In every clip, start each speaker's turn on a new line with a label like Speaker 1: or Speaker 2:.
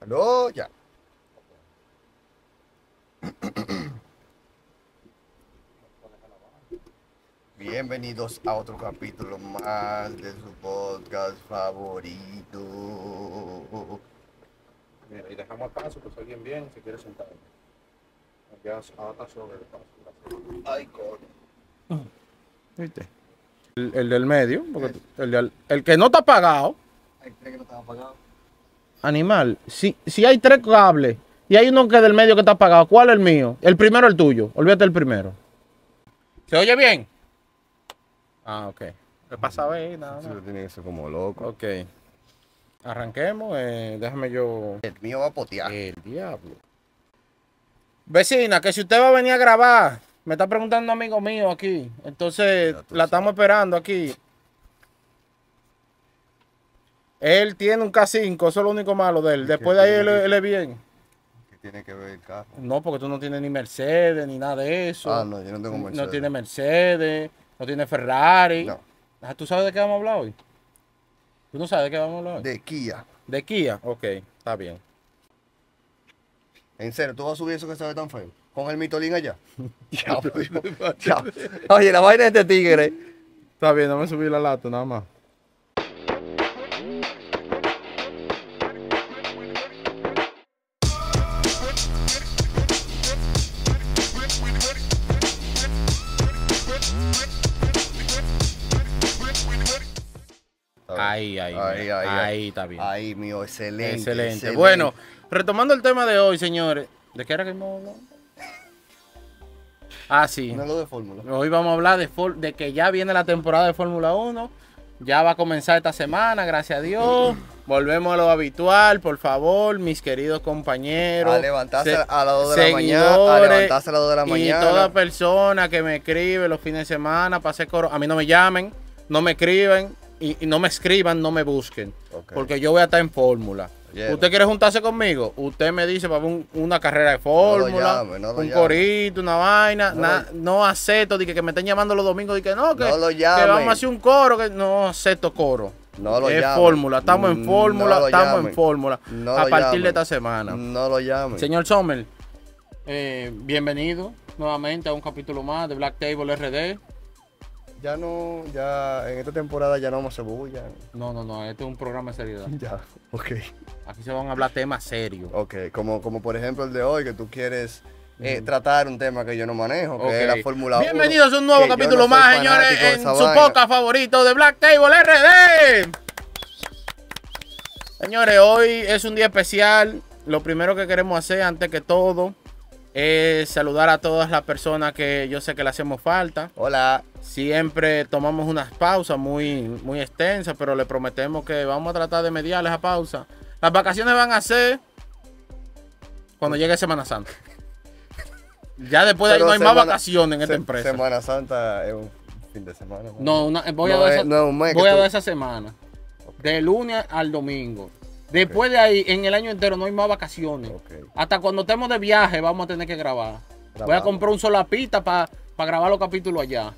Speaker 1: Aló, ya. Bienvenidos a otro capítulo más de su podcast favorito.
Speaker 2: Mira, y dejamos el paso, pues, que soy bien bien, si quieres sentarte. Ya ahora sobre el paso. gracias.
Speaker 1: Ay, coño.
Speaker 3: ¿Viste? El, el del medio, porque el, de al- el que no está apagado,
Speaker 1: Hay tres que no están apagados.
Speaker 3: animal, si, si hay tres cables y hay uno que del medio que está apagado, ¿cuál es el mío? El primero el tuyo, olvídate el primero. ¿Se oye bien? Ah, ok. ¿Qué pasa, ver, nada
Speaker 4: Sí,
Speaker 3: más.
Speaker 4: lo tienen eso como loco.
Speaker 3: Ok. Arranquemos, eh, déjame yo...
Speaker 1: El mío va a potear.
Speaker 3: El diablo. Ah. Vecina, que si usted va a venir a grabar, me está preguntando un amigo mío aquí. Entonces,
Speaker 4: Ya tú
Speaker 3: la estamos esperando aquí. Él tiene un K5, eso es lo único malo de él. Después de ahí él, él es bien.
Speaker 4: ¿Qué tiene que ver el carro?
Speaker 3: No, porque tú no tienes ni Mercedes ni nada de eso.
Speaker 4: Ah, no, yo no tengo Mercedes.
Speaker 3: No tiene Mercedes, no tiene Ferrari.
Speaker 4: No.
Speaker 3: Ah, ¿Tú sabes de qué vamos a hablar hoy? ¿Tú no sabes de qué vamos a hablar hoy?
Speaker 4: De Kia.
Speaker 3: de Kia. Ok, está bien.
Speaker 4: En serio, ¿tú vas a subir eso que se ve tan feo? Con el mitolín allá. Diablo, hijo. Diablo. Oye, la vaina de este tigre.
Speaker 3: Está bien, no me subí la lata nada más. Ahí, ahí,
Speaker 4: Ahí,
Speaker 3: mira.
Speaker 4: ahí,
Speaker 3: ahí,
Speaker 4: ahí.
Speaker 3: está bien.
Speaker 4: Ahí, mío, excelente.
Speaker 3: excelente, Bueno, retomando el tema de hoy, señores. ¿De qué era que hemos hablado? Ah, sí.
Speaker 4: No lo de fórmula.
Speaker 3: Hoy vamos a hablar de, for- de que ya viene la temporada de Fórmula 1. Ya va a comenzar esta semana, gracias a Dios. Volvemos a lo habitual, por favor, mis queridos compañeros.
Speaker 4: A levantarse
Speaker 3: se-
Speaker 4: a las 2 de la mañana. A
Speaker 3: seguidores
Speaker 4: levantarse a las 2 de la mañana.
Speaker 3: Y toda persona que me escribe los fines de semana, pase coro, a mí no me llamen, no me escriben y, y no me escriban, no me busquen.
Speaker 4: Ok.
Speaker 3: Porque yo voy a estar en fórmula.
Speaker 4: Oyeron.
Speaker 3: ¿Usted quiere juntarse conmigo? Usted me dice para un- una carrera de fórmula,
Speaker 4: llame, no lo
Speaker 3: un
Speaker 4: llame.
Speaker 3: corito, una vaina.
Speaker 4: No
Speaker 3: na-
Speaker 4: lo-
Speaker 3: No, acepto de que, que me estén llamando los domingos y que no, que,
Speaker 4: No lo
Speaker 3: que
Speaker 4: llame.
Speaker 3: vamos a hacer un coro. que No acepto coro.
Speaker 4: No lo
Speaker 3: es
Speaker 4: llame.
Speaker 3: fórmula, estamos en
Speaker 4: No
Speaker 3: fórmula,
Speaker 4: lo
Speaker 3: estamos
Speaker 4: llame.
Speaker 3: en fórmula.
Speaker 4: No
Speaker 3: a
Speaker 4: lo Mm.
Speaker 3: partir
Speaker 4: llame.
Speaker 3: de esta semana.
Speaker 4: No lo llamen.
Speaker 3: Señor Sommer, eh, bienvenido nuevamente a un capítulo más de Black Table RD.
Speaker 4: Ya no, ya en esta temporada ya no vamos a bulla.
Speaker 3: No, no, no, este es un programa de seriedad.
Speaker 4: Ya, ok.
Speaker 3: Aquí se van a hablar temas serios.
Speaker 4: Ok, como, como por ejemplo el de hoy, que tú quieres eh, tratar un tema que yo no manejo, que es la
Speaker 3: Ok.
Speaker 4: Fórmula 1.
Speaker 3: Bienvenidos a un nuevo
Speaker 4: que yo
Speaker 3: capítulo
Speaker 4: no soy
Speaker 3: más,
Speaker 4: fanático
Speaker 3: señores,
Speaker 4: de
Speaker 3: en
Speaker 4: esa
Speaker 3: su
Speaker 4: vaina.
Speaker 3: podcast favorito de Black Table RD. Señores, hoy es un día especial. Lo primero que queremos hacer, antes que todo, es saludar a todas las personas que yo sé que le hacemos falta.
Speaker 4: Hola.
Speaker 3: Siempre tomamos unas pausas muy, muy extensas, pero le prometemos que vamos a tratar de mediar esa pausa. Las vacaciones van a ser cuando llegue Semana Santa. Ya después de ahí
Speaker 4: Pero
Speaker 3: no hay más
Speaker 4: semana-
Speaker 3: vacaciones en esta
Speaker 4: se-
Speaker 3: empresa.
Speaker 4: Semana Santa es un fin de semana. ¿no?
Speaker 3: No, una- eh, voy a
Speaker 4: No
Speaker 3: dar
Speaker 4: es-
Speaker 3: esa,
Speaker 4: no es un mes que
Speaker 3: voy a
Speaker 4: tú-
Speaker 3: dar esa semana. De lunes al domingo. Después de ahí, en el año entero no hay más vacaciones.
Speaker 4: Ok.
Speaker 3: Hasta cuando estemos de viaje vamos a tener que grabar. Voy a
Speaker 4: Grabamos.
Speaker 3: comprar un solapita para grabar los capítulos allá.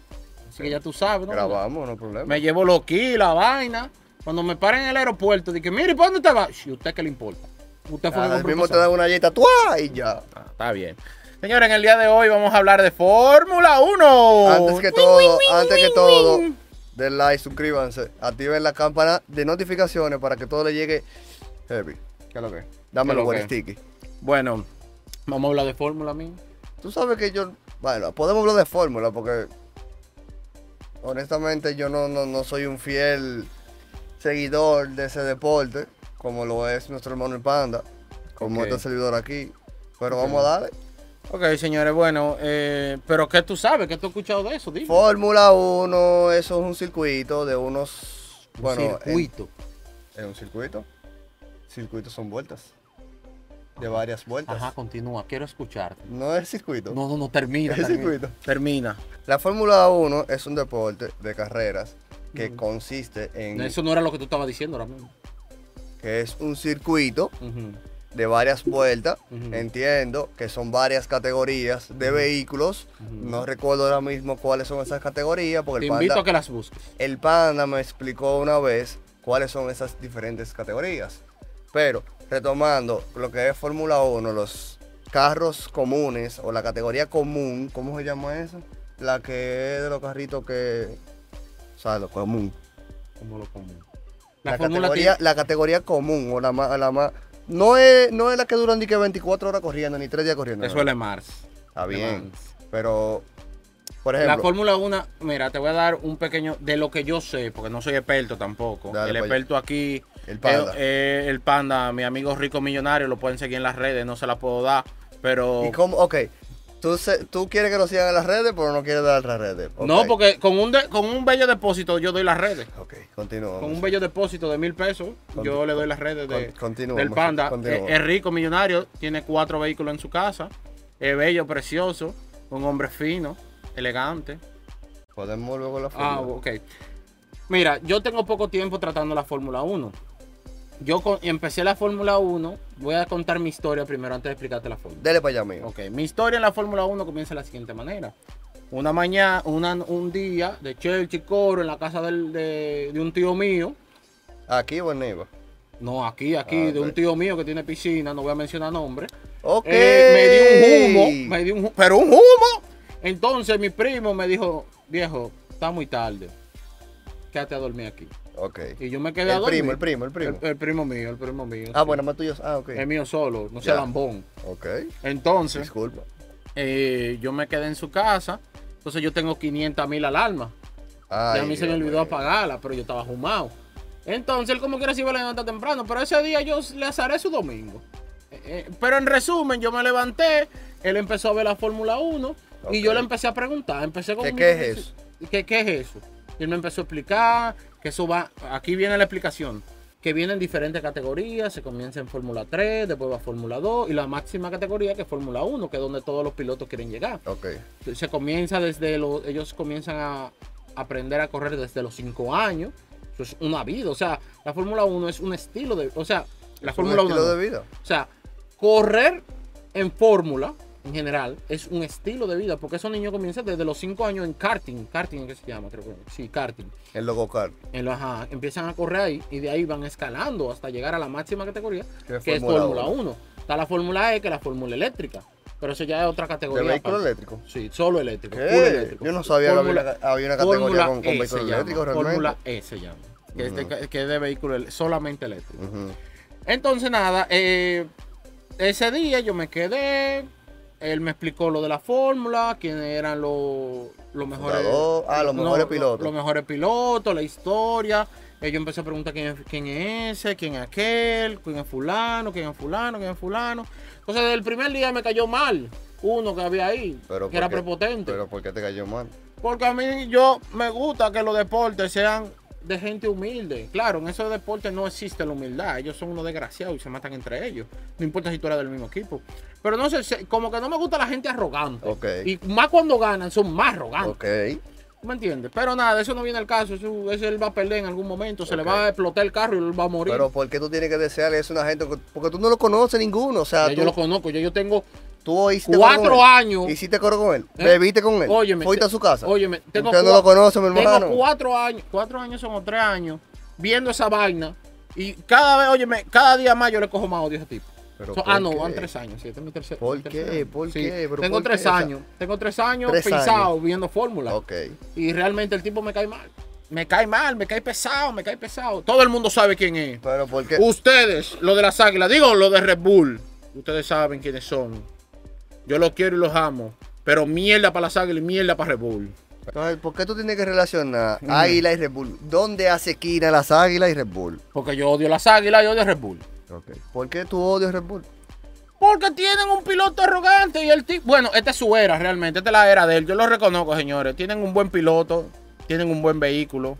Speaker 3: Así que ya tú sabes, ¿no?
Speaker 4: Grabamos, no hay problema.
Speaker 3: Me llevo los kilos, la vaina. Cuando me paren en el aeropuerto, dije, mire, ¿y ¿para dónde te vas? Si usted qué le importa. Usted fue
Speaker 4: Ah,
Speaker 3: que
Speaker 4: el
Speaker 3: compró el
Speaker 4: mismo te
Speaker 3: pasaje.
Speaker 4: dan una yeta ¡tuá! y ya.
Speaker 3: Ah, Está bien. Señores, en el día de hoy vamos a hablar de Fórmula 1.
Speaker 4: Antes que todo, antes que todo, den like, suscríbanse, activen la campana de notificaciones para que todo le llegue heavy. ¿Qué es lo que? es?
Speaker 3: ¿Qué es
Speaker 4: Dámelo
Speaker 3: lo
Speaker 4: buen
Speaker 3: que?
Speaker 4: sticky.
Speaker 3: Bueno, vamos a hablar de Fórmula, mí.
Speaker 4: Tú sabes que yo, bueno, podemos hablar de fórmula porque honestamente yo no, no, no soy un fiel seguidor de ese deporte, como lo es nuestro hermano el panda, como
Speaker 3: Ok.
Speaker 4: este servidor aquí. Pero vamos a darle.
Speaker 3: Ok, señores, bueno, eh, pero ¿qué tú sabes? ¿Qué tú has escuchado de eso? Dime.
Speaker 4: Fórmula 1, eso es un circuito de unos...
Speaker 3: Un
Speaker 4: Bueno, en-
Speaker 3: circuito.
Speaker 4: ¿Es un circuito? Circuitos son vueltas. De varias vueltas.
Speaker 3: Ajá, continúa, quiero escucharte.
Speaker 4: No es circuito.
Speaker 3: No, no, no, termina.
Speaker 4: Es
Speaker 3: termina.
Speaker 4: circuito.
Speaker 3: Termina.
Speaker 4: La Fórmula 1 es un deporte de carreras que consiste en
Speaker 3: Eso Mm. no era lo que tú estabas diciendo ahora mismo.
Speaker 4: que es un circuito
Speaker 3: Ujú.
Speaker 4: de varias vueltas.
Speaker 3: Ujú.
Speaker 4: Entiendo que son varias categorías de vehículos. No recuerdo ahora mismo cuáles son esas categorías porque
Speaker 3: Te
Speaker 4: el
Speaker 3: invito a
Speaker 4: panda,
Speaker 3: que las busques.
Speaker 4: el panda me explicó una vez cuáles son esas diferentes categorías. Pero retomando lo que es Fórmula 1, los carros comunes o la categoría común, ¿cómo se llama eso? La que es de los carritos que. O sea, lo común.
Speaker 2: Como lo común.
Speaker 4: La,
Speaker 3: Fórmula
Speaker 4: categoría,
Speaker 3: T-
Speaker 4: la categoría común o la más. La más no es, no es la que duran ni que 24 horas corriendo, ni 3 días corriendo.
Speaker 3: Eso
Speaker 4: no.
Speaker 3: es Le Mars.
Speaker 4: Está
Speaker 3: Le
Speaker 4: bien.
Speaker 3: Mans.
Speaker 4: Pero, por
Speaker 3: La
Speaker 4: ejemplo,
Speaker 3: Fórmula 1, mira, te voy a dar un pequeño de lo que yo sé, porque no soy experto tampoco.
Speaker 4: Dale,
Speaker 3: el
Speaker 4: pa' allá.
Speaker 3: experto aquí
Speaker 4: el panda.
Speaker 3: es- es el panda, mi amigo rico millonario, lo pueden seguir en las redes, no se la puedo dar, pero
Speaker 4: ¿Y cómo? Ok. Tú, se- tú quieres que lo sigan en las redes, pero no quieres dar las redes. Ok.
Speaker 3: no, porque con un de- con un bello depósito yo doy las redes.
Speaker 4: Ok, continuamos.
Speaker 3: Con un bello depósito de mil pesos,
Speaker 4: Con-
Speaker 3: yo le doy las redes de,
Speaker 4: Con- continuamos,
Speaker 3: del panda. eh,
Speaker 4: continuamos.
Speaker 3: Es, es rico, millonario, tiene cuatro vehículos en su casa, es bello, precioso, un hombre fino, elegante.
Speaker 4: Podemos luego la
Speaker 3: er- Ah,
Speaker 4: fórmula.
Speaker 3: ok. Mira, yo tengo poco tiempo tratando la Fórmula 1. Yo co- empecé la Fórmula 1, voy a contar mi historia primero antes de explicarte la Fórmula.
Speaker 4: Dele para allá, amigo.
Speaker 3: Ok, mi historia en la Fórmula 1 comienza de la siguiente manera. Una mañana, una- un día de Chelsea Coro en la casa del- de, de un tío mío.
Speaker 4: Aquí o en Neiva.
Speaker 3: No, aquí, aquí,
Speaker 4: Ah,
Speaker 3: de un
Speaker 4: ok.
Speaker 3: tío mío que tiene piscina, no voy a mencionar nombre.
Speaker 4: Ok.
Speaker 3: Eh, me dio un humo, me dio un ju- pero un humo. Entonces mi primo me dijo, viejo, está muy tarde, quédate a dormir aquí.
Speaker 4: Ok.
Speaker 3: Y yo me quedé a
Speaker 4: El
Speaker 3: dormir.
Speaker 4: primo, el primo, el primo.
Speaker 3: El, el primo mío, el primo mío.
Speaker 4: Ah,
Speaker 3: sí.
Speaker 4: bueno, más tuyos. Ah, ok.
Speaker 3: Es mío solo, no sea
Speaker 4: Ya.
Speaker 3: lambón.
Speaker 4: Ok.
Speaker 3: Entonces,
Speaker 4: Disculpa.
Speaker 3: eh, yo me quedé en su casa. Entonces yo tengo 500 mil alarmas.
Speaker 4: Ay,
Speaker 3: ya a mí se me
Speaker 4: Dios
Speaker 3: olvidó
Speaker 4: mío.
Speaker 3: apagarla, pero yo estaba fumado. Entonces él como quiera se iba a levantar temprano, pero ese día yo le haré su domingo. Eh, eh, pero en resumen, yo me levanté, él empezó a ver la Fórmula 1 y
Speaker 4: Ok.
Speaker 3: yo le empecé a preguntar, empecé con...
Speaker 4: ¿Qué- qué es eso?
Speaker 3: ¿Qué, qué es eso? Y él me empezó a explicar que eso va... Aquí viene la explicación. Que vienen diferentes categorías, se comienza en Fórmula 3, después va Fórmula 2 y la máxima categoría que es Fórmula 1, que es donde todos los pilotos quieren llegar
Speaker 4: Ok.
Speaker 3: se comienza desde los, ellos comienzan a aprender a correr desde los 5 años. Eso es una vida. O sea, la Fórmula 1 es un estilo de, o sea, la
Speaker 4: Es un
Speaker 3: Fórmula 1.
Speaker 4: estilo
Speaker 3: no.
Speaker 4: de vida.
Speaker 3: O sea, correr en fórmula en general es un estilo de vida porque esos niños comienzan desde los 5 años en karting, karting es que se llama, creo que sí, karting.
Speaker 4: El logo car.
Speaker 3: En los, ajá, empiezan a correr ahí y de ahí van escalando hasta llegar a la máxima categoría
Speaker 4: ¿Qué es
Speaker 3: que es
Speaker 4: Fórmula
Speaker 3: Fórmula
Speaker 4: 1?
Speaker 3: 1. Está la Fórmula E que es la Fórmula eléctrica, pero eso ya es otra
Speaker 4: De
Speaker 3: categoría.
Speaker 4: vehículo
Speaker 3: aparte.
Speaker 4: eléctrico.
Speaker 3: Sí, solo eléctrico.
Speaker 4: ¿Qué?
Speaker 3: puro eléctrico.
Speaker 4: Eh, Yo no sabía que había
Speaker 3: Fórmula-
Speaker 4: una- había una categoría
Speaker 3: Fórmula
Speaker 4: con- con
Speaker 3: E
Speaker 4: vehículos
Speaker 3: se llama,
Speaker 4: eléctricos realmente.
Speaker 3: Fórmula E se llama. Que, es de,
Speaker 4: Ujú.
Speaker 3: que es de vehículo el- solamente eléctrico.
Speaker 4: Ujú.
Speaker 3: Entonces, nada, eh, ese día yo me quedé. Él me explicó lo de la fórmula, quiénes eran los, los mejores.
Speaker 4: Fundador, ah, los mejores pilotos.
Speaker 3: Los mejores pilotos, la historia. Eh, yo empecé a preguntar quién es, quién es ese, quién es aquel, quién es fulano, quién es fulano, quién es fulano. Entonces, desde el primer día me cayó mal uno que había ahí,
Speaker 4: Pero
Speaker 3: que era
Speaker 4: porque-
Speaker 3: prepotente.
Speaker 4: Pero ¿por qué te cayó mal?
Speaker 3: Porque a mí yo me gusta que los deportes sean de gente humilde. Claro, en esos deportes no existe la humildad. Ellos son unos desgraciados y se matan entre ellos. No importa si tú eres del mismo equipo. Pero no sé, se- como que no me gusta la gente arrogante.
Speaker 4: Ok.
Speaker 3: Y más cuando ganan, son más arrogantes.
Speaker 4: Ok.
Speaker 3: ¿Me entiendes? Pero nada, eso no viene al caso. Eso, eso él va a perder en algún momento. Se le
Speaker 4: Ok.
Speaker 3: va a explotar el carro y él va a morir.
Speaker 4: Pero ¿por qué tú tienes que desearle eso a una gente? Porque tú no lo conoces ninguno. O sea,
Speaker 3: Ya
Speaker 4: tú,
Speaker 3: yo lo conozco. Yo, yo tengo
Speaker 4: tú oíste
Speaker 3: cuatro
Speaker 4: coro con él,
Speaker 3: años.
Speaker 4: Hiciste coro con él.
Speaker 3: ¿Eh?
Speaker 4: Bebiste con él.
Speaker 3: Óyeme,
Speaker 4: Fuiste
Speaker 3: te-
Speaker 4: a su casa.
Speaker 3: Óyeme, tengo
Speaker 4: Usted no
Speaker 3: cua-
Speaker 4: lo conoce, mi hermano.
Speaker 3: Tengo cuatro años, cuatro años son o tres años viendo esa vaina. Y cada vez, óyeme, cada día más yo le cojo más odio a ese tipo.
Speaker 4: Pero
Speaker 3: So-
Speaker 4: ¿por
Speaker 3: ah, no,
Speaker 4: qué?
Speaker 3: van tres años. Sí, este es mi tercer,
Speaker 4: ¿Por
Speaker 3: mi tercer
Speaker 4: qué?
Speaker 3: año.
Speaker 4: ¿Por
Speaker 3: Sí,
Speaker 4: qué? Pero
Speaker 3: Tengo
Speaker 4: ¿por qué
Speaker 3: tres
Speaker 4: esa-
Speaker 3: años. Tengo tres años
Speaker 4: Tres
Speaker 3: pisado
Speaker 4: años.
Speaker 3: viendo fórmula.
Speaker 4: Ok.
Speaker 3: Y realmente el tipo me cae mal. Me cae mal, me cae pesado, me cae pesado. Todo el mundo sabe quién es.
Speaker 4: Pero ¿por
Speaker 3: Uh.
Speaker 4: qué?
Speaker 3: Ustedes, lo de las águilas, digo lo de Red Bull. Ustedes saben quiénes son. Yo los quiero y los amo. Pero mierda para las águilas y mierda para Red Bull.
Speaker 4: Entonces, ¿por qué tú tienes que relacionar Águila y Red Bull? ¿Dónde hace esquina las Águilas y Red Bull?
Speaker 3: Porque yo odio las águilas y odio a Red Bull.
Speaker 4: ¿Por qué tú odias Red Bull?
Speaker 3: Porque tienen un piloto arrogante y el tipo. Bueno, esta es su era realmente, esta es la era de él. Yo lo reconozco, señores. Tienen un buen piloto, tienen un buen vehículo,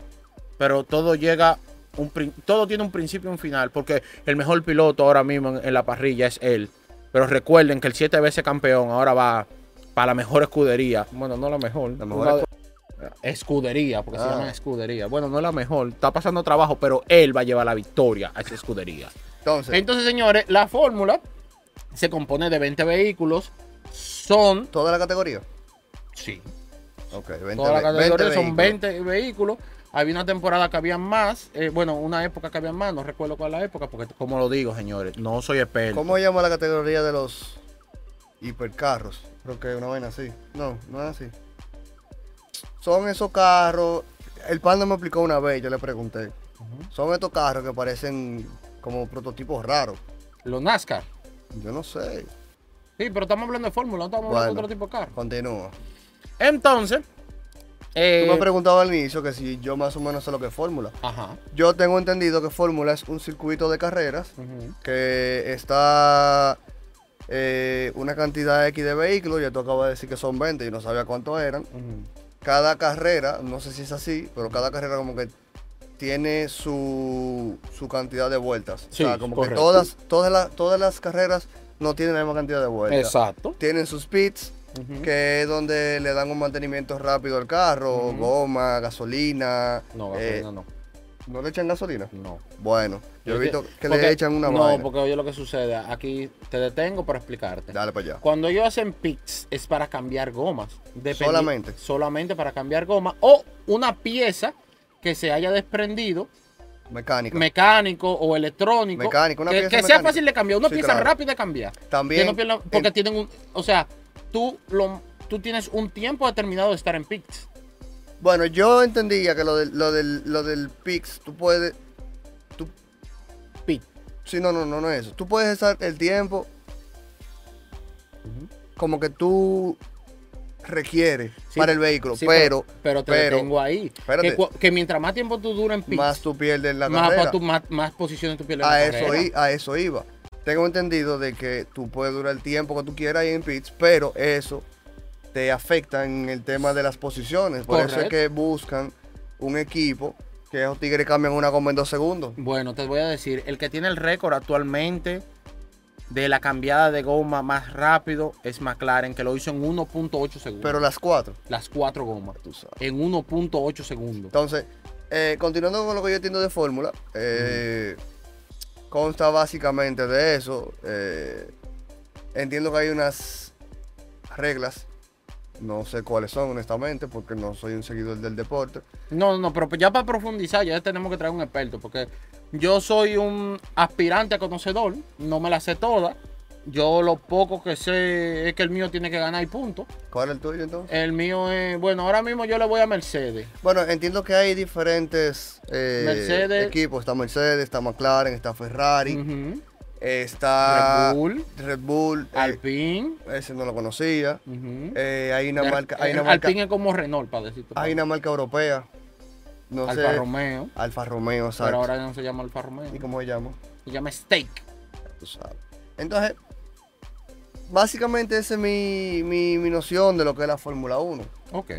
Speaker 3: pero todo llega. Un, prin- todo tiene un principio y un final, porque el mejor piloto ahora mismo en, en la parrilla es él. Pero recuerden que el siete veces campeón ahora va para la mejor escudería. Bueno, no la mejor.
Speaker 4: La mejor
Speaker 3: una de- escudería, porque se
Speaker 4: Ah.
Speaker 3: llaman escudería. Bueno, no es la mejor. Está pasando trabajo, pero él va a llevar la victoria a esa escudería.
Speaker 4: Entonces,
Speaker 3: Entonces, señores, la fórmula se compone de 20 vehículos. Son,
Speaker 4: ¿toda la categoría?
Speaker 3: sí,
Speaker 4: Ok, 20,
Speaker 3: todas las
Speaker 4: ve-
Speaker 3: categorías
Speaker 4: 20
Speaker 3: son
Speaker 4: vehículos.
Speaker 3: 20 vehículos. Había una temporada que había más, eh, bueno, una época que había más, no recuerdo cuál es la época, porque como lo digo, señores, no soy experto.
Speaker 4: ¿Cómo se llama la categoría de los hipercarros? Creo que es una vaina así. No, no es así. Son esos carros. El panda me explicó una vez, yo le pregunté. Son estos carros que parecen como prototipos raros.
Speaker 3: Los NASCAR.
Speaker 4: Yo no sé.
Speaker 3: Sí, pero estamos hablando de fórmula, no estamos hablando de
Speaker 4: Bueno.
Speaker 3: otro tipo de carro.
Speaker 4: Continúa.
Speaker 3: Entonces, eh,
Speaker 4: Tú me preguntabas al inicio que si yo más o menos sé lo que es fórmula.
Speaker 3: ajá.
Speaker 4: Yo tengo entendido que fórmula es un circuito de carreras
Speaker 3: ujú.
Speaker 4: que está eh, una cantidad X de vehículos, ya tú acabas de decir que son 20 y no sabía cuántos eran. Cada carrera, no sé si es así, pero cada carrera como que tiene su, su cantidad de vueltas.
Speaker 3: Sí,
Speaker 4: o sea, como
Speaker 3: correcto.
Speaker 4: que todas, todas, las, todas las carreras no tienen la misma cantidad de vueltas.
Speaker 3: Exacto.
Speaker 4: Tienen sus pits,
Speaker 3: Ujú.
Speaker 4: que es donde le dan un mantenimiento rápido al carro,
Speaker 3: Ujú.
Speaker 4: goma, gasolina.
Speaker 3: No,
Speaker 4: eh,
Speaker 3: gasolina no.
Speaker 4: ¿No le echan gasolina?
Speaker 3: No.
Speaker 4: Bueno, yo he
Speaker 3: Porque-
Speaker 4: visto que
Speaker 3: porque-
Speaker 4: le echan una
Speaker 3: No,
Speaker 4: vaina.
Speaker 3: porque oye lo que sucede. Aquí te detengo para explicarte.
Speaker 4: Dale para allá.
Speaker 3: Cuando ellos hacen picks es para cambiar gomas. Dependi-
Speaker 4: Solamente.
Speaker 3: Solamente para cambiar goma o una pieza que se haya desprendido,
Speaker 4: Mecánica.
Speaker 3: mecánico o electrónico.
Speaker 4: Mecánico, una
Speaker 3: que,
Speaker 4: pieza
Speaker 3: que sea
Speaker 4: mecánica.
Speaker 3: fácil de cambiar, una
Speaker 4: Sí,
Speaker 3: pieza
Speaker 4: claro.
Speaker 3: rápida de cambiar. Que
Speaker 4: También.
Speaker 3: no pierdan- porque tienen un, o sea, tú lo, tú tienes un tiempo determinado de estar en picks.
Speaker 4: Bueno, yo entendía que lo del, lo del, lo del Pix, tú puedes. Tú,
Speaker 3: Pick.
Speaker 4: sí, no, no, no, no es eso. Tú puedes estar el tiempo. Como que tú requieres
Speaker 3: Sí,
Speaker 4: para el vehículo,
Speaker 3: sí,
Speaker 4: pero,
Speaker 3: pero te
Speaker 4: pero
Speaker 3: detengo ahí.
Speaker 4: espérate.
Speaker 3: Que, cua- que mientras más tiempo tú duras en picks,
Speaker 4: más tú pierdes la
Speaker 3: más,
Speaker 4: carrera.
Speaker 3: pa- tú- más- más posiciones tú pierdes. en
Speaker 4: a,
Speaker 3: la
Speaker 4: eso
Speaker 3: carrera.
Speaker 4: i- a eso iba. Tengo entendido de que tú puedes durar el tiempo que tú quieras ahí en pits, pero eso te afecta en el tema de las posiciones. Por eso es
Speaker 3: Correcto.
Speaker 4: que buscan un equipo que esos tigres cambian una goma en dos segundos.
Speaker 3: Bueno, te voy a decir, el que tiene el récord actualmente de la cambiada de goma más rápido es McLaren, que lo hizo en 1.8 segundos.
Speaker 4: Pero las cuatro,
Speaker 3: las cuatro gomas,
Speaker 4: tú sabes.
Speaker 3: en 1.8 segundos.
Speaker 4: Entonces, eh, continuando con lo que yo entiendo de fórmula, eh, consta básicamente de eso. eh, entiendo que hay unas reglas. No sé cuáles son, honestamente, porque no soy un seguidor del deporte.
Speaker 3: No, no, no, pero ya para profundizar, ya tenemos que traer un experto, porque yo soy un aspirante a conocedor, no me la sé toda. Yo lo poco que sé es que el mío tiene que ganar y punto.
Speaker 4: ¿Cuál es el tuyo entonces?
Speaker 3: El mío es, bueno, ahora mismo yo le voy a Mercedes.
Speaker 4: Bueno, entiendo que hay diferentes eh,
Speaker 3: Mercedes.
Speaker 4: equipos. Está Mercedes, está McLaren, está Ferrari,
Speaker 3: Ujú.
Speaker 4: está
Speaker 3: Red Bull,
Speaker 4: Red Bull, eh,
Speaker 3: Alpine.
Speaker 4: ese no lo conocía.
Speaker 3: ujú.
Speaker 4: Eh, hay una
Speaker 3: De-
Speaker 4: marca, hay
Speaker 3: eh,
Speaker 4: una marca,
Speaker 3: Alpine es como Renault, para decirte.
Speaker 4: hay una marca europea. No
Speaker 3: Alfa
Speaker 4: sé.
Speaker 3: Romeo.
Speaker 4: Alfa Romeo,
Speaker 3: Pero
Speaker 4: exacto.
Speaker 3: ahora no se llama Alfa Romeo.
Speaker 4: ¿Y cómo se llama?
Speaker 3: Se llama Steak.
Speaker 4: Tú sabes. Entonces, básicamente esa es mi, mi, mi noción de lo que es la Fórmula 1.
Speaker 3: Ok.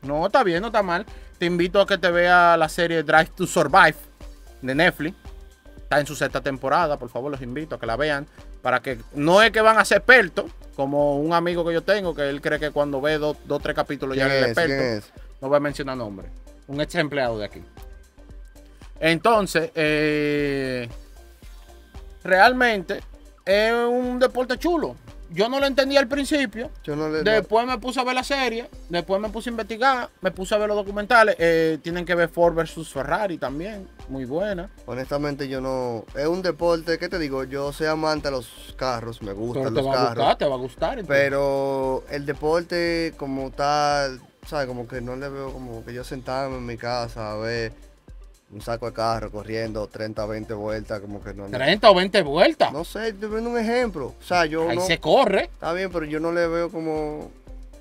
Speaker 3: No, está bien, no está mal. Te invito a que te vea la serie Drive to Survive de Netflix. Está en su sexta temporada, por favor, los invito a que la vean. Para que no es que van a ser expertos, como un amigo que yo tengo, que él cree que cuando ve dos, dos tres capítulos ya
Speaker 4: ¿Quién
Speaker 3: es el
Speaker 4: es? ¿Quién
Speaker 3: experto.
Speaker 4: es?
Speaker 3: No voy a mencionar nombre. Un ex empleado de aquí. Entonces, eh, realmente es un deporte chulo. Yo no lo entendía al principio.
Speaker 4: Yo no le no-
Speaker 3: Después me puse a ver la serie. Después me puse a investigar. Me puse a ver los documentales. Eh, tienen que ver Ford versus Ferrari también. Muy buena.
Speaker 4: Honestamente yo no... Es un deporte, ¿qué te digo? Yo soy amante a los carros, me
Speaker 3: Pero
Speaker 4: gustan
Speaker 3: te
Speaker 4: los
Speaker 3: va a
Speaker 4: carros.
Speaker 3: gustar, te va a gustar. entonces.
Speaker 4: Pero el deporte como tal, ¿sabes? Como que no le veo como que yo sentarme en mi casa a ver un saco de carro corriendo 30, 20 vueltas, como que no...
Speaker 3: 30 o 20 vueltas.
Speaker 4: No sé, te prendo un ejemplo. O sea, yo
Speaker 3: Ahí
Speaker 4: no...
Speaker 3: se corre.
Speaker 4: Está bien, pero yo no le veo como,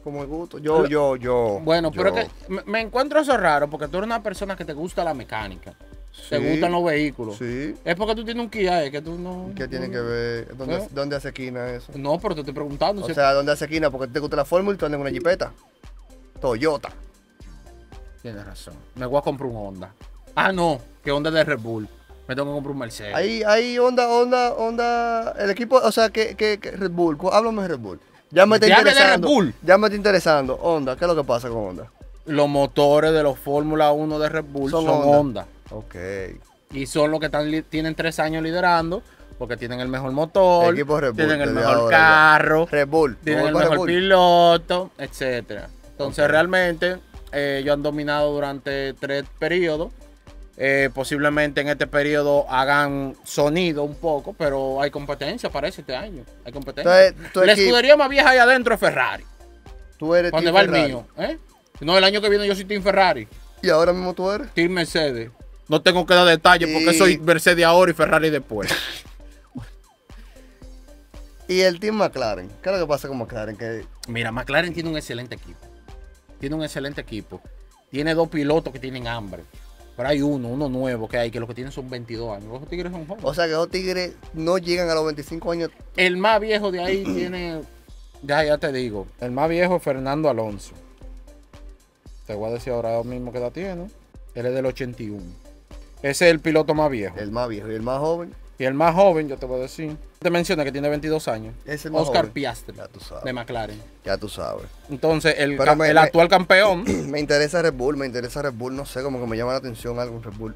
Speaker 4: como el gusto. Yo, yo, yo.
Speaker 3: Bueno,
Speaker 4: yo.
Speaker 3: pero es que me, me encuentro eso raro porque tú eres una persona que te gusta la mecánica. Te
Speaker 4: Sí,
Speaker 3: gustan los vehículos.
Speaker 4: Sí.
Speaker 3: Es porque tú tienes un Kia, es que tú no.
Speaker 4: ¿Qué tiene
Speaker 3: no-
Speaker 4: que ver? ¿Dónde,
Speaker 3: Bueno.
Speaker 4: dónde hace esquina eso?
Speaker 3: No, pero te estoy preguntando.
Speaker 4: O
Speaker 3: si-
Speaker 4: sea, ¿dónde hace esquina? Porque te gusta la fórmula y tú andas en una jipeta. Toyota.
Speaker 3: Tienes razón. Me voy a comprar un Honda. Ah, no, que Honda es de Red Bull. Me tengo que comprar un Mercedes.
Speaker 4: Ahí, ahí, onda, onda, onda. El equipo, o sea, que, que, que Red Bull. Cu- Háblame de Red Bull. Ya me está
Speaker 3: Te hablo de Red
Speaker 4: interesando.
Speaker 3: Bull.
Speaker 4: Ya me está interesando. Honda, ¿qué es lo que pasa con Honda?
Speaker 3: Los motores de los Fórmula 1 de Red Bull son,
Speaker 4: Son
Speaker 3: Honda.
Speaker 4: Honda. Ok.
Speaker 3: Y son los que están li- tienen tres años liderando porque tienen el mejor motor,
Speaker 4: Equipo Red Bull,
Speaker 3: tienen el
Speaker 4: desde
Speaker 3: mejor
Speaker 4: ahora ya.
Speaker 3: carro,
Speaker 4: Red Bull.
Speaker 3: tienen
Speaker 4: Vamos
Speaker 3: el
Speaker 4: para Red
Speaker 3: mejor
Speaker 4: Bull.
Speaker 3: piloto, etcétera. Entonces
Speaker 4: Ok.
Speaker 3: realmente eh, ellos han dominado durante tres periodos. Eh, posiblemente en este periodo hagan sonido un poco, pero hay competencia, parece, este año. Hay competencia.
Speaker 4: Entonces, tu
Speaker 3: La
Speaker 4: equipo-
Speaker 3: escudería más vieja ahí adentro es Ferrari.
Speaker 4: Tú eres
Speaker 3: Donde
Speaker 4: Team
Speaker 3: va el
Speaker 4: Ferrari,
Speaker 3: mío. ¿eh? No, el año que viene yo soy Team Ferrari,
Speaker 4: Y ahora mismo tú eres.
Speaker 3: Team Mercedes. No tengo que dar detalles porque
Speaker 4: Y-
Speaker 3: soy Mercedes ahora y Ferrari después.
Speaker 4: Y el Team McLaren. ¿Qué es lo que pasa con McLaren? Que
Speaker 3: Mira, McLaren tiene un excelente equipo. Tiene un excelente equipo. Tiene dos pilotos que tienen hambre. Pero hay uno, uno nuevo que hay, que lo que tienen son 22 años. Los tigres son jóvenes.
Speaker 4: O sea que esos tigres no llegan a los 25 años.
Speaker 3: El más viejo de ahí tiene. Ya, ya te digo. El más viejo es Fernando Alonso. Te voy a decir ahora mismo que la tiene. Él es del 81. Ese es el piloto más viejo.
Speaker 4: El más viejo y el más joven.
Speaker 3: Y el más joven, yo te voy a decir. Te menciona que tiene 22 años.
Speaker 4: Es el más
Speaker 3: Oscar
Speaker 4: joven.
Speaker 3: Piastri,
Speaker 4: Ya tú
Speaker 3: de
Speaker 4: sabes.
Speaker 3: McLaren.
Speaker 4: Ya tú sabes.
Speaker 3: Entonces, el,
Speaker 4: Pero
Speaker 3: ca-
Speaker 4: me-
Speaker 3: el
Speaker 4: me-
Speaker 3: actual campeón.
Speaker 4: Me interesa Red Bull, me interesa Red Bull. No sé, como que me llama la atención algo en Red Bull.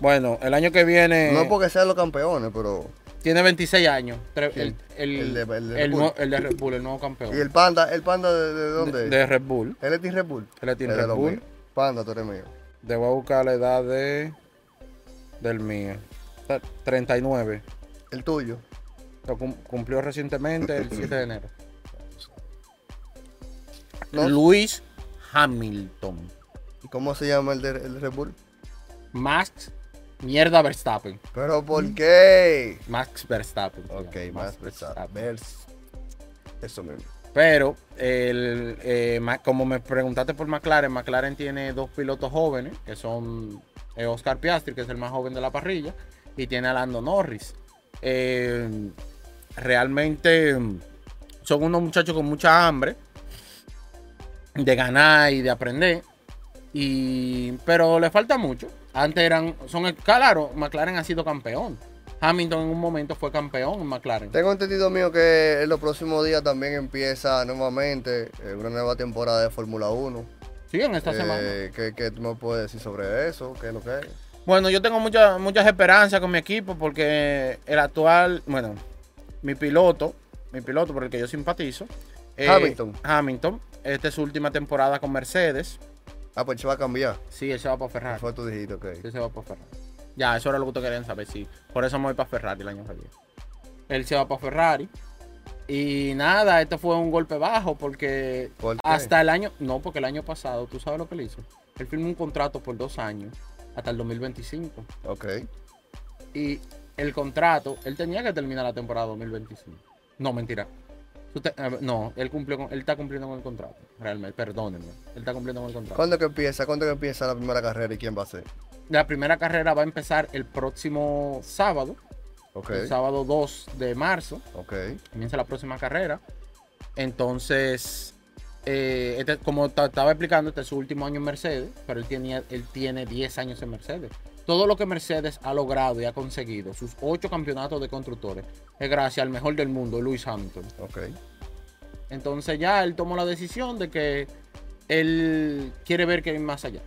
Speaker 3: Bueno, el año que viene.
Speaker 4: No porque sean los campeones, pero.
Speaker 3: Tiene 26 años. Tre-
Speaker 4: ¿Quién?
Speaker 3: El, el,
Speaker 4: El de- el de
Speaker 3: el
Speaker 4: Red
Speaker 3: nuevo-
Speaker 4: Bull.
Speaker 3: el de Red Bull, el nuevo campeón.
Speaker 4: ¿Y el panda? ¿El panda de, de dónde?
Speaker 3: de,
Speaker 4: es?
Speaker 3: de Red Bull.
Speaker 4: ¿Él es Team Red Bull?
Speaker 3: Él es Team
Speaker 4: Es de
Speaker 3: Red
Speaker 4: los
Speaker 3: Bull.
Speaker 4: míos. Panda, tú eres mío.
Speaker 3: Debo buscar la edad de del mío. Está 39.
Speaker 4: El tuyo.
Speaker 3: Lo cum- cumplió recientemente el 7 de enero.
Speaker 4: No.
Speaker 3: Luis Hamilton.
Speaker 4: ¿Y ¿Cómo se llama el de, el de Red Bull?
Speaker 3: Max mierda Verstappen.
Speaker 4: ¿Pero por qué?
Speaker 3: Max Verstappen. se
Speaker 4: Ok,
Speaker 3: llama,
Speaker 4: más pesado. Vers- Eso mismo.
Speaker 3: Pero el, eh, Ma- como me preguntaste por McLaren, McLaren tiene dos pilotos jóvenes, que son eh, Oscar Piastri, que es el más joven de la parrilla, y tiene a Lando Norris. Eh, realmente mm, son unos muchachos con mucha hambre de ganar y de aprender. Y, pero le falta mucho. Antes eran, son, claro, McLaren ha sido campeón. Hamilton en un momento fue campeón en McLaren.
Speaker 4: Tengo entendido mío que en los próximos días también empieza nuevamente eh, una nueva temporada de Fórmula 1.
Speaker 3: Sí, en esta
Speaker 4: Eh,
Speaker 3: semana.
Speaker 4: ¿qué, qué tú me puedes decir sobre eso? ¿Qué es lo que es?
Speaker 3: Bueno, yo tengo muchas muchas esperanzas con mi equipo porque el actual, bueno, mi piloto, mi piloto por el que yo simpatizo, eh,
Speaker 4: Hamilton.
Speaker 3: Hamilton, esta es su última temporada con Mercedes.
Speaker 4: Ah, pues se va a cambiar.
Speaker 3: Sí, él se va para Ferrari.
Speaker 4: Fue tu dijiste, ok.
Speaker 3: Ah. Sí, se va para Ferrari. Ya, eso era lo que ustedes querían saber, sí. Por eso me voy para Ferrari el año que viene. Él se va para Ferrari. Y nada, esto fue un golpe bajo porque
Speaker 4: ¿Por qué?
Speaker 3: hasta el año, no, porque el año pasado, tú sabes lo que él hizo. Él firmó un contrato por dos años, hasta el 2025.
Speaker 4: Ok.
Speaker 3: y el contrato, él tenía que terminar la temporada 2025. No, mentira. Tú te- a ver, No, él cumplió con- él está cumpliendo con el contrato. Realmente, perdónenme. Él está cumpliendo con el contrato.
Speaker 4: ¿Cuándo que empieza? ¿Cuándo que empieza la primera carrera y quién va a ser?
Speaker 3: La primera carrera va a empezar el próximo sábado,
Speaker 4: Ok,
Speaker 3: el sábado 2 de marzo.
Speaker 4: ok.
Speaker 3: comienza la próxima carrera. Entonces, eh, este- como ta- estaba explicando, este es su último año en Mercedes, pero él, tenía, él tiene 10 años en Mercedes. Todo lo que Mercedes ha logrado y ha conseguido, sus ocho campeonatos de constructores, es gracias al mejor del mundo, Lewis Hamilton.
Speaker 4: Ok.
Speaker 3: Entonces ya él tomó la decisión de que él quiere ver que hay más allá.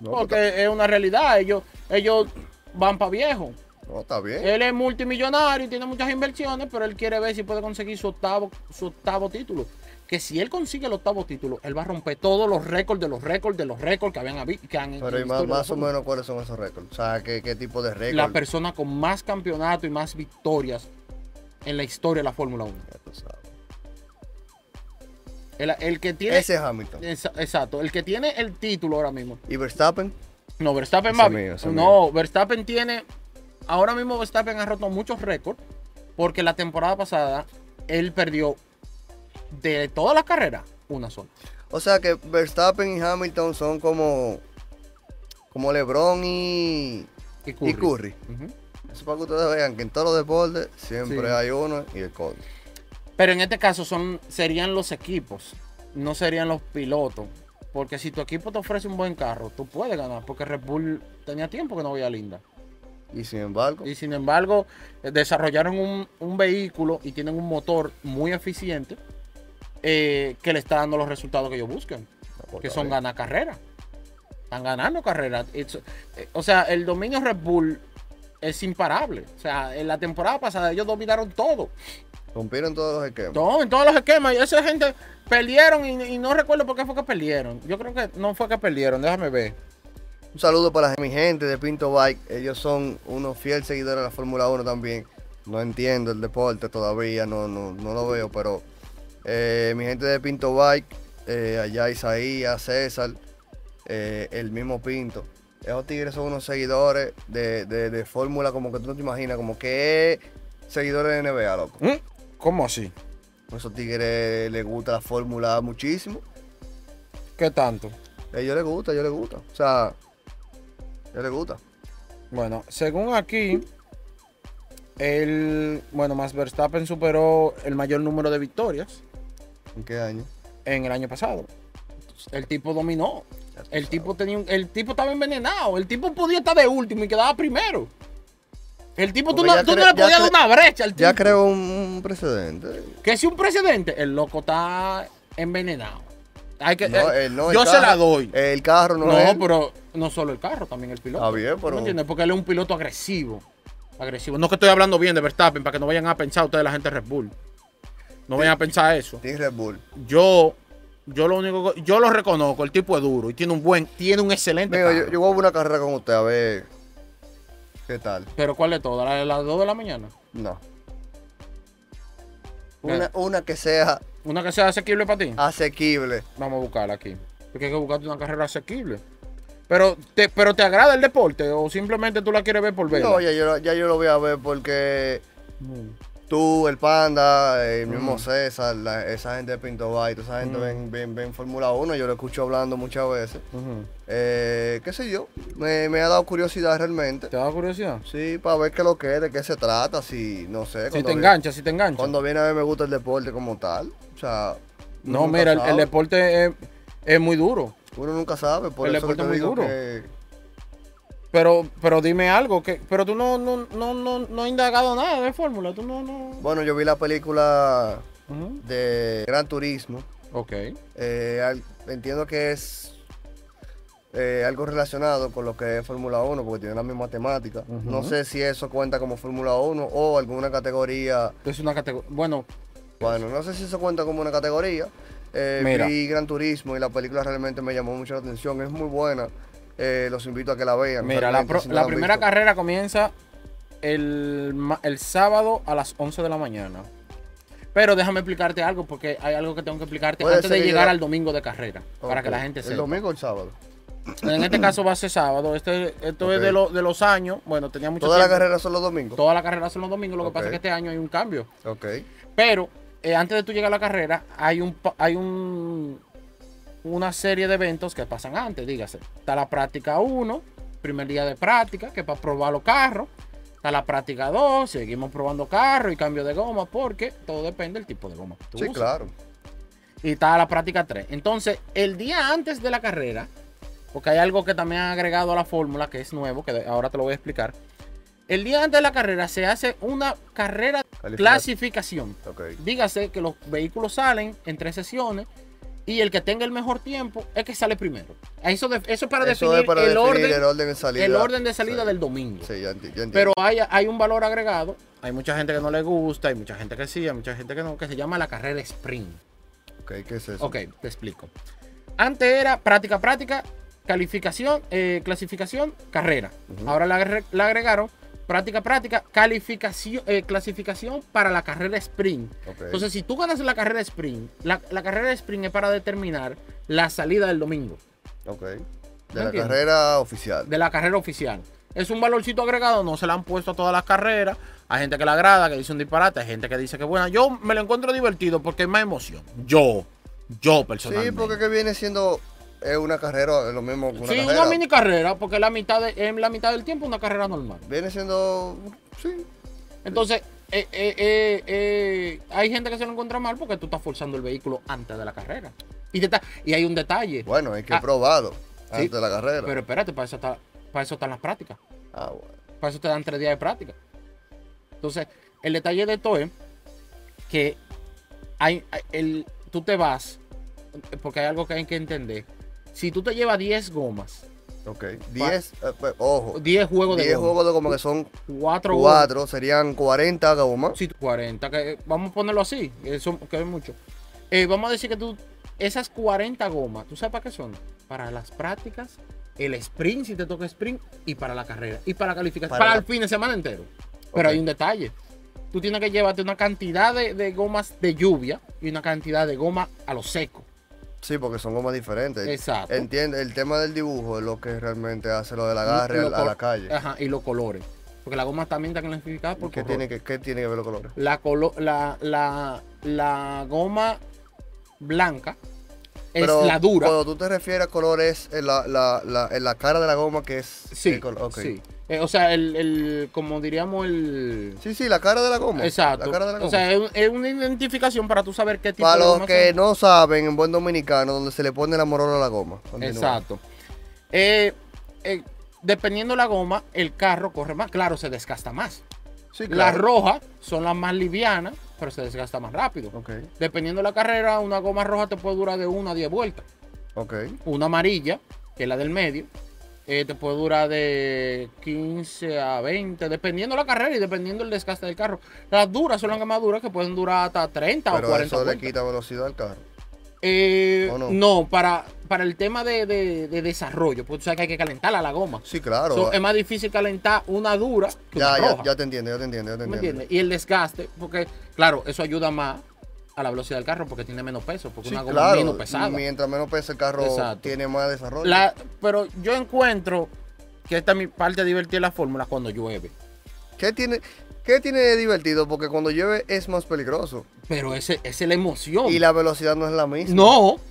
Speaker 4: No, pues
Speaker 3: Porque es una realidad, ellos, ellos van para viejo.
Speaker 4: está- no, Oh, está bien.
Speaker 3: Él es multimillonario y tiene muchas inversiones, pero él quiere ver si puede conseguir su octavo, su octavo título. Que si él consigue el octavo título, él va a romper todos los récords de los récords de los récords que habían habido. Que han
Speaker 4: Pero
Speaker 3: en
Speaker 4: y más,
Speaker 3: la historia de la
Speaker 4: más o
Speaker 3: Fórmula.
Speaker 4: menos cuáles son esos récords. O sea, ¿qué, qué tipo de récord?
Speaker 3: La persona con más campeonato y más victorias en la historia de la Fórmula 1.
Speaker 4: Ya tú sabes.
Speaker 3: El, el que tiene.
Speaker 4: Ese es Hamilton.
Speaker 3: Esa- Exacto, el que tiene el título ahora mismo.
Speaker 4: ¿Y Verstappen?
Speaker 3: No, Verstappen
Speaker 4: Ese
Speaker 3: va.
Speaker 4: mío, ese
Speaker 3: no, Verstappen tiene. Ahora mismo Verstappen ha roto muchos récords. Porque la temporada pasada él perdió de todas las carreras una sola.
Speaker 4: O sea que Verstappen y Hamilton son como. Como LeBron y.
Speaker 3: Y Curry.
Speaker 4: Y Curry.
Speaker 3: Ujú.
Speaker 4: Eso para que ustedes vean que en todos los deportes siempre
Speaker 3: Sí.
Speaker 4: hay uno y el contra.
Speaker 3: Pero en este caso son, serían los equipos, no serían los pilotos. Porque si tu equipo te ofrece un buen carro, tú puedes ganar. Porque Red Bull tenía tiempo que no veía linda.
Speaker 4: Y sin embargo,
Speaker 3: Y sin embargo, eh, desarrollaron un, un vehículo y tienen un motor muy eficiente eh, que le está dando los resultados que ellos buscan.
Speaker 4: no, pues,
Speaker 3: que
Speaker 4: está
Speaker 3: son
Speaker 4: bien.
Speaker 3: ganar carreras. Están ganando carreras. It's- eh, o sea, el dominio Red Bull es imparable. O sea, en la temporada pasada ellos dominaron todo.
Speaker 4: Rompieron todos los esquemas.
Speaker 3: No, en todos los esquemas. Y esa gente perdieron y, y no recuerdo por qué fue que perdieron. Yo creo que no fue que perdieron, déjame ver.
Speaker 4: Un saludo para mi gente de Pinto Bike. Ellos son unos fieles seguidores de la Fórmula 1 también. No entiendo el deporte todavía, no, no, no lo veo, pero eh, mi gente de Pinto Bike, eh, allá Isaías, César, eh, el mismo Pinto. Esos tigres son unos seguidores de, de- de Fórmula como que tú no te imaginas, como que seguidores de NBA, loco.
Speaker 3: ¿Mm? ¿Cómo así?
Speaker 4: Esos tigres les gusta la Fórmula muchísimo.
Speaker 3: ¿Qué tanto?
Speaker 4: A ellos les gusta, a ellos les gusta. O sea, a ellos les gusta.
Speaker 3: Bueno, según aquí, el. Bueno, Max Verstappen superó el mayor número de victorias
Speaker 4: ¿En qué año?
Speaker 3: en el año pasado. El tipo dominó.
Speaker 4: Ya tú
Speaker 3: El
Speaker 4: sabes.
Speaker 3: tipo tenía un- el tipo estaba envenenado. El tipo podía estar de último y quedaba primero. El tipo, tú
Speaker 4: Porque
Speaker 3: no,
Speaker 4: ya
Speaker 3: tú no
Speaker 4: cre-
Speaker 3: le
Speaker 4: ya
Speaker 3: podías dar
Speaker 4: cre-
Speaker 3: una brecha al tipo.
Speaker 4: Ya creo un, un precedente.
Speaker 3: Que si un presidente, el loco está envenenado. Hay que,
Speaker 4: No,
Speaker 3: eh,
Speaker 4: él no, el
Speaker 3: yo se
Speaker 4: carro-
Speaker 3: la doy.
Speaker 4: El carro no,
Speaker 3: no,
Speaker 4: es.
Speaker 3: pero no solo el carro, también el piloto.
Speaker 4: Está bien,
Speaker 3: ¿Tú
Speaker 4: pero-
Speaker 3: me entiendes? Porque él es un piloto agresivo. Agresivo. No que estoy hablando bien de Verstappen, para que no vayan a pensar ustedes la gente de Red Bull. No vayan a pensar eso.
Speaker 4: Tiene Red Bull.
Speaker 3: Yo, yo lo único que- yo lo reconozco, el tipo es duro y tiene un buen, tiene un excelente
Speaker 4: Mira,
Speaker 3: carro.
Speaker 4: yo, yo voy a una carrera con usted, a ver. ¿Qué tal?
Speaker 3: Pero ¿cuál de todas? ¿La de las 2 de la mañana?
Speaker 4: No.
Speaker 3: Bien.
Speaker 4: Una, una que sea
Speaker 3: Una que sea asequible para
Speaker 4: Ah.
Speaker 3: ti.
Speaker 4: asequible.
Speaker 3: Vamos a buscarla aquí. Porque hay que buscarte una carrera asequible. Pero te, pero te agrada el deporte o simplemente tú la quieres ver por verla. Mm,
Speaker 4: No, ya yo, lo- ya yo lo voy a ver porque tú, el Panda, el mismo César, la- esa gente de Pinto Bay, toda esa gente
Speaker 3: Mm.
Speaker 4: ven, ven, ven Fórmula 1, yo lo escucho hablando muchas veces.
Speaker 3: Ujú.
Speaker 4: Eh, ¿Qué sé yo? Me, me ha dado curiosidad realmente.
Speaker 3: ¿Te da curiosidad?
Speaker 4: Sí, para ver qué lo que es, de qué se trata, si no sé.
Speaker 3: Si
Speaker 4: cuando
Speaker 3: te
Speaker 4: vi-
Speaker 3: engancha, si te engancha.
Speaker 4: Cuando viene a ver me gusta el deporte como tal. O sea, uno
Speaker 3: No,
Speaker 4: nunca
Speaker 3: mira, el, el
Speaker 4: sabe.
Speaker 3: deporte es, es muy duro.
Speaker 4: Uno nunca sabe, por
Speaker 3: el
Speaker 4: eso que
Speaker 3: deporte
Speaker 4: te
Speaker 3: es muy
Speaker 4: digo
Speaker 3: duro.
Speaker 4: que-
Speaker 3: Pero, pero dime algo, que, pero tú no, no, no, no, no has indagado nada de fórmula, tú no, no.
Speaker 4: Bueno, yo vi la película
Speaker 3: Ujú.
Speaker 4: de Gran Turismo.
Speaker 3: Ok.
Speaker 4: Eh, al- entiendo que es eh, algo relacionado con lo que es Fórmula 1, porque tiene la misma temática. No sé si eso cuenta como Fórmula 1 o alguna categoría.
Speaker 3: Es una categoría. Bueno,
Speaker 4: Bueno, no sé si eso cuenta como una categoría. Eh,
Speaker 3: Mira.
Speaker 4: Vi Gran Turismo y la película realmente me llamó mucho la atención. Es muy buena. Eh, los invito a que la vean.
Speaker 3: mira, la,
Speaker 4: realmente,
Speaker 3: pro-
Speaker 4: si no
Speaker 3: la
Speaker 4: han
Speaker 3: primera
Speaker 4: visto.
Speaker 3: carrera comienza el, ma- el sábado a las 11 de la mañana. Pero déjame explicarte algo, porque hay algo que tengo que explicarte
Speaker 4: Puede
Speaker 3: antes
Speaker 4: ser
Speaker 3: de
Speaker 4: que
Speaker 3: llegar
Speaker 4: yo-
Speaker 3: al domingo de carrera, para que
Speaker 4: Ok.
Speaker 3: la gente
Speaker 4: ¿El
Speaker 3: sepa.
Speaker 4: domingo o el sábado?
Speaker 3: En este caso va a ser sábado. Este, esto es
Speaker 4: Ok.
Speaker 3: de, lo- de los años. Bueno, tenía mucho
Speaker 4: ¿Toda la
Speaker 3: tiempo.
Speaker 4: carrera son los domingos?
Speaker 3: Toda la carrera son los domingos, lo que
Speaker 4: Ok.
Speaker 3: pasa es que este año hay un cambio.
Speaker 4: Ok.
Speaker 3: Pero eh, antes de tú llegar a la carrera, hay un pa- hay un una serie de eventos que pasan antes, dígase. Está la práctica 1, primer día de práctica, que es para probar los carros. Está la práctica 2, seguimos probando carros y cambio de goma, porque todo depende del tipo de goma. que tú
Speaker 4: Sí,
Speaker 3: uses.
Speaker 4: claro.
Speaker 3: Y está la práctica 3. Entonces, el día antes de la carrera, porque hay algo que también han agregado a la fórmula, que es nuevo, que de- ahora te lo voy a explicar. El día antes de la carrera se hace una carrera
Speaker 4: Califica-
Speaker 3: clasificación.
Speaker 4: Ok.
Speaker 3: Dígase que los vehículos salen en tres sesiones y el que tenga el mejor tiempo es que sale primero. Eso, de- eso es para
Speaker 4: Eso
Speaker 3: definir,
Speaker 4: es para
Speaker 3: el,
Speaker 4: definir
Speaker 3: orden,
Speaker 4: el orden de salida.
Speaker 3: el orden de salida
Speaker 4: Sí.
Speaker 3: del domingo.
Speaker 4: Sí, ya, enti- ya entiendo.
Speaker 3: Pero hay, hay un valor agregado. Hay mucha gente que no le gusta, hay mucha gente que sí, hay mucha gente que no, que se llama la carrera sprint.
Speaker 4: Ok, ¿qué es eso?
Speaker 3: Ok, te explico. Antes era práctica, práctica, calificación, eh, clasificación, carrera. Ahora le agre- le agregaron práctica, práctica, calificación, eh, clasificación para la carrera sprint.
Speaker 4: Ok.
Speaker 3: Entonces, si tú ganas la carrera sprint, la, la carrera sprint es para determinar la salida del domingo,
Speaker 4: Ok. De
Speaker 3: No
Speaker 4: la
Speaker 3: entiendo.
Speaker 4: carrera oficial.
Speaker 3: de la carrera oficial. Es un valorcito agregado, no se la han puesto a todas las carreras. Hay gente que la agrada, que dice un disparate, hay gente que dice que es buena. Yo me lo encuentro divertido porque es más emoción. Yo, yo personalmente.
Speaker 4: Sí, porque que viene siendo eh, una carrera, eh, lo mismo que una
Speaker 3: sí,
Speaker 4: carrera.
Speaker 3: una mini carrera, porque la mitad de, en la mitad del tiempo una carrera normal.
Speaker 4: Viene siendo, sí,
Speaker 3: Entonces, eh, eh, eh, eh, hay gente que se lo encuentra mal porque tú estás forzando el vehículo antes de la carrera. Y, te está- y hay un detalle.
Speaker 4: bueno, es que
Speaker 3: Ah.
Speaker 4: he probado antes de la carrera.
Speaker 3: Pero espérate, para eso, está, para eso están las prácticas.
Speaker 4: Ah, bueno.
Speaker 3: Para eso te dan tres días de práctica. Entonces, el detalle de esto es que hay, hay- el, tú te vas, porque hay algo que hay que entender. Si tú te llevas 10 gomas
Speaker 4: Ok. 10, eh, pues, ojo.
Speaker 3: 10 juegos de
Speaker 4: 10
Speaker 3: goma.
Speaker 4: juegos de como que son
Speaker 3: 4 gomas.
Speaker 4: 4, serían 40 gomas.
Speaker 3: Sí, 40. Que, eh, vamos a ponerlo así, eso que es mucho. Eh, vamos a decir que tú, esas 40 gomas, ¿tú sabes para qué son? Para las prácticas, el sprint, si te toca sprint, y para la carrera. Y para la calificación.
Speaker 4: Para
Speaker 3: Para,
Speaker 4: la-
Speaker 3: el fin de semana entero. Pero
Speaker 4: Ok.
Speaker 3: hay un detalle. Tú tienes que llevarte una cantidad de, de gomas de lluvia y una cantidad de goma a lo seco.
Speaker 4: Sí, porque son gomas diferentes.
Speaker 3: Exacto.
Speaker 4: Entiende, el tema del dibujo es lo que realmente hace lo del agarre
Speaker 3: Lo Ah,
Speaker 4: al- a
Speaker 3: col-
Speaker 4: la calle.
Speaker 3: Ajá, y los colores. Porque las gomas también están clasificadas por
Speaker 4: ¿Qué
Speaker 3: color.
Speaker 4: tiene, que, ¿Qué tiene que ver los colores?
Speaker 3: la, colo- la, la, la goma blanca es
Speaker 4: Pero
Speaker 3: la dura.
Speaker 4: Cuando tú te refieres a colores, en la, la, la, en la cara de la goma que es.
Speaker 3: sí,
Speaker 4: el color, ok.
Speaker 3: sí. Eh, o sea, el, el- como diríamos, el...
Speaker 4: sí, sí, la cara de la goma.
Speaker 3: Exacto.
Speaker 4: La cara de la goma.
Speaker 3: O sea, es, un- es una identificación para tú saber qué tipo
Speaker 4: Para
Speaker 3: de
Speaker 4: los
Speaker 3: goma
Speaker 4: que
Speaker 3: son.
Speaker 4: no saben, en buen dominicano, donde se le pone la morola a la goma. Continúa.
Speaker 3: Exacto. Eh, eh, dependiendo la goma, el carro corre más. Claro, se desgasta más.
Speaker 4: Sí,
Speaker 3: Las
Speaker 4: claro.
Speaker 3: rojas son las más livianas, pero se desgasta más rápido.
Speaker 4: Ok,
Speaker 3: Dependiendo de la carrera, una goma roja te puede durar de 1 a 10 vueltas.
Speaker 4: ok.
Speaker 3: una amarilla, que es la del medio, eh, te puede durar de 15 a 20, dependiendo la carrera y dependiendo el desgaste del carro. Las duras son las que más duras, que pueden durar hasta 30 o
Speaker 4: Pero
Speaker 3: 40
Speaker 4: eso le
Speaker 3: vueltas.
Speaker 4: quita velocidad al carro.
Speaker 3: Eh,
Speaker 4: ¿O no?
Speaker 3: no, para, para el tema de, de- de desarrollo, porque tú sabes que hay que calentar la goma.
Speaker 4: Sí, claro. Ah,
Speaker 3: So, es más difícil calentar una dura que
Speaker 4: ya,
Speaker 3: una
Speaker 4: ya,
Speaker 3: roja.
Speaker 4: ya te entiendo, ya te entiendo, ya te
Speaker 3: ¿Tú me
Speaker 4: entiendo.
Speaker 3: entiendes? Y el desgaste, porque claro, eso ayuda más a la velocidad del carro porque tiene menos peso, porque
Speaker 4: Sí,
Speaker 3: una goma
Speaker 4: claro.
Speaker 3: menos pesada.
Speaker 4: Mientras menos pesa el carro,
Speaker 3: Exacto.
Speaker 4: tiene más desarrollo.
Speaker 3: La- pero yo encuentro que esta es mi parte divertida de la fórmula cuando llueve.
Speaker 4: ¿Qué, tiene, ¿Qué tiene de divertido? Porque cuando llueve es más peligroso.
Speaker 3: Pero ese- esa es la emoción.
Speaker 4: Y la velocidad no es la misma.
Speaker 3: No. Eso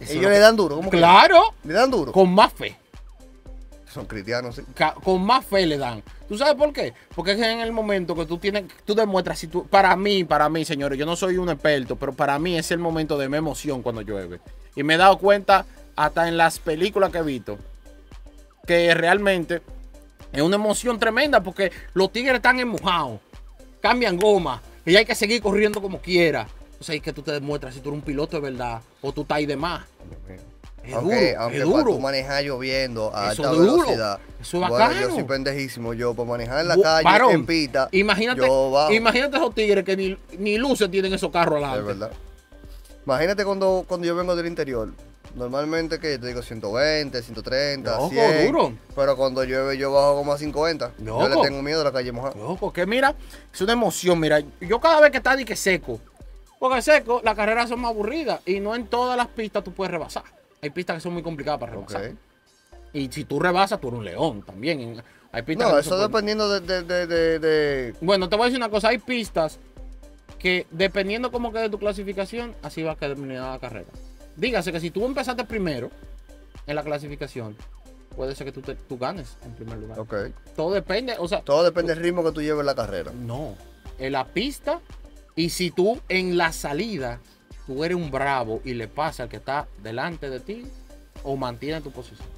Speaker 3: es lo
Speaker 4: Ellos le
Speaker 3: que-
Speaker 4: dan duro. ¿cómo que?
Speaker 3: Claro,
Speaker 4: Le dan duro.
Speaker 3: con más fe.
Speaker 4: Son cristianos, sí.
Speaker 3: Ca- Con más fe le dan. ¿Tú sabes por qué? Porque es en el momento que tú tienes, tú demuestras si tú, para mí, para mí, señores, yo no soy un experto, pero para mí es el momento de mi emoción cuando llueve. Y me he dado cuenta hasta en las películas que he visto que realmente es una emoción tremenda porque los tigres están mojados cambian goma y hay que seguir corriendo como quiera. Entonces ahí es que tú te demuestras si tú eres un piloto de verdad o tú estás ahí de más. Es
Speaker 4: aunque
Speaker 3: duro,
Speaker 4: aunque
Speaker 3: es
Speaker 4: para
Speaker 3: duro.
Speaker 4: tú manejar lloviendo a
Speaker 3: Eso
Speaker 4: alta
Speaker 3: es duro.
Speaker 4: velocidad.
Speaker 3: Eso es
Speaker 4: bueno, yo
Speaker 3: bacano.
Speaker 4: soy pendejísimo. Yo para manejar en la
Speaker 3: Bu-
Speaker 4: calle,
Speaker 3: varón,
Speaker 4: en pita,
Speaker 3: Imagínate,
Speaker 4: yo bajo.
Speaker 3: imagínate esos tigres que ni, ni luces tienen esos carros
Speaker 4: Es
Speaker 3: adelante.
Speaker 4: verdad. Imagínate cuando, cuando yo vengo del interior. Normalmente que yo te digo 120, 130,
Speaker 3: Loco,
Speaker 4: 100.
Speaker 3: duro.
Speaker 4: Pero cuando llueve yo bajo como a 50. Yo le
Speaker 3: Loco.
Speaker 4: tengo miedo a la calle mojada.
Speaker 3: Loco, que mira, es una emoción. Mira, yo cada vez que está di que seco, porque seco, las carreras son más aburridas y no en todas las pistas tú puedes rebasar. Hay pistas que son muy complicadas para
Speaker 4: Ok.
Speaker 3: rebasar. Y si tú rebasas, tú eres un león también. En- Hay pistas que
Speaker 4: No,
Speaker 3: no
Speaker 4: eso
Speaker 3: se pueden-
Speaker 4: dependiendo de, de, de, de- de-
Speaker 3: Bueno, te voy a decir una cosa, hay pistas que dependiendo cómo quede tu clasificación, así va a quedar terminada la carrera. Dígase que si tú empezaste primero en la clasificación, puede ser que tú, te- tú ganes en primer lugar.
Speaker 4: Ok.
Speaker 3: Todo depende, o sea,
Speaker 4: Todo depende del ritmo que tú lleves en la carrera.
Speaker 3: no, en la pista y si tú en la salida, tú eres un bravo y le pasa al que está delante de ti o mantiene tu posición.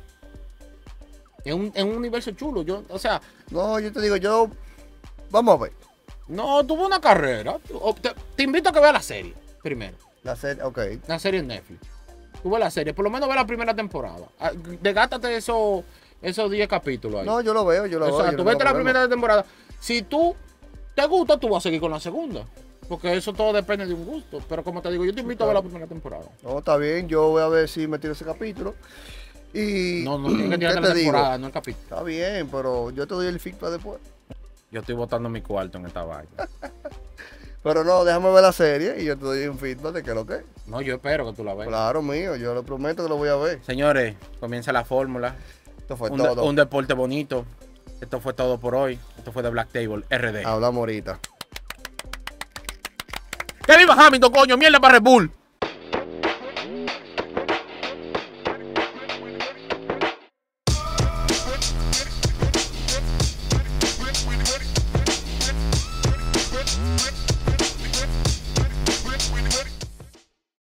Speaker 3: Es un, es un universo chulo, yo, o sea,
Speaker 4: No, yo te digo, yo. Vamos a ver.
Speaker 3: no, tuvo una carrera. Tú- o Te, te invito a que veas la serie primero.
Speaker 4: La serie, ok.
Speaker 3: la serie en Netflix. Tú ves la serie, por lo menos ve la primera temporada. Ah, Desgástate esos esos 10 capítulos ahí.
Speaker 4: No, yo lo veo, yo lo
Speaker 3: o
Speaker 4: veo.
Speaker 3: sea,
Speaker 4: yo
Speaker 3: tú
Speaker 4: no
Speaker 3: vete la
Speaker 4: tengo problema.
Speaker 3: primera temporada. Si tú te gusta, tú vas a seguir con la segunda. Porque eso todo depende de un gusto. Pero como te digo, yo te invito a ver la primera temporada.
Speaker 4: No, está bien, yo voy a ver si me tiro ese capítulo. Y.
Speaker 3: No, no tienes que
Speaker 4: ¿qué
Speaker 3: tirarte la
Speaker 4: te digo?
Speaker 3: temporada, no el capítulo.
Speaker 4: Está bien, pero yo te doy el feedback después.
Speaker 3: Yo estoy botando mi cuarto en esta vaina.
Speaker 4: Pero no, déjame ver la serie y yo te doy un feedback de que lo que.
Speaker 3: No, yo espero que tú la veas.
Speaker 4: Claro, mío, yo lo prometo que lo voy a ver.
Speaker 3: Señores, comienza la fórmula.
Speaker 4: Esto fue
Speaker 3: Un, de-
Speaker 4: todo.
Speaker 3: un deporte bonito. Esto fue todo por hoy. Esto fue de Black Table RD.
Speaker 4: Ah. Hablamos ahorita.
Speaker 3: ¡Que viva Hamilton, coño! ¡Mierda para Red Bull!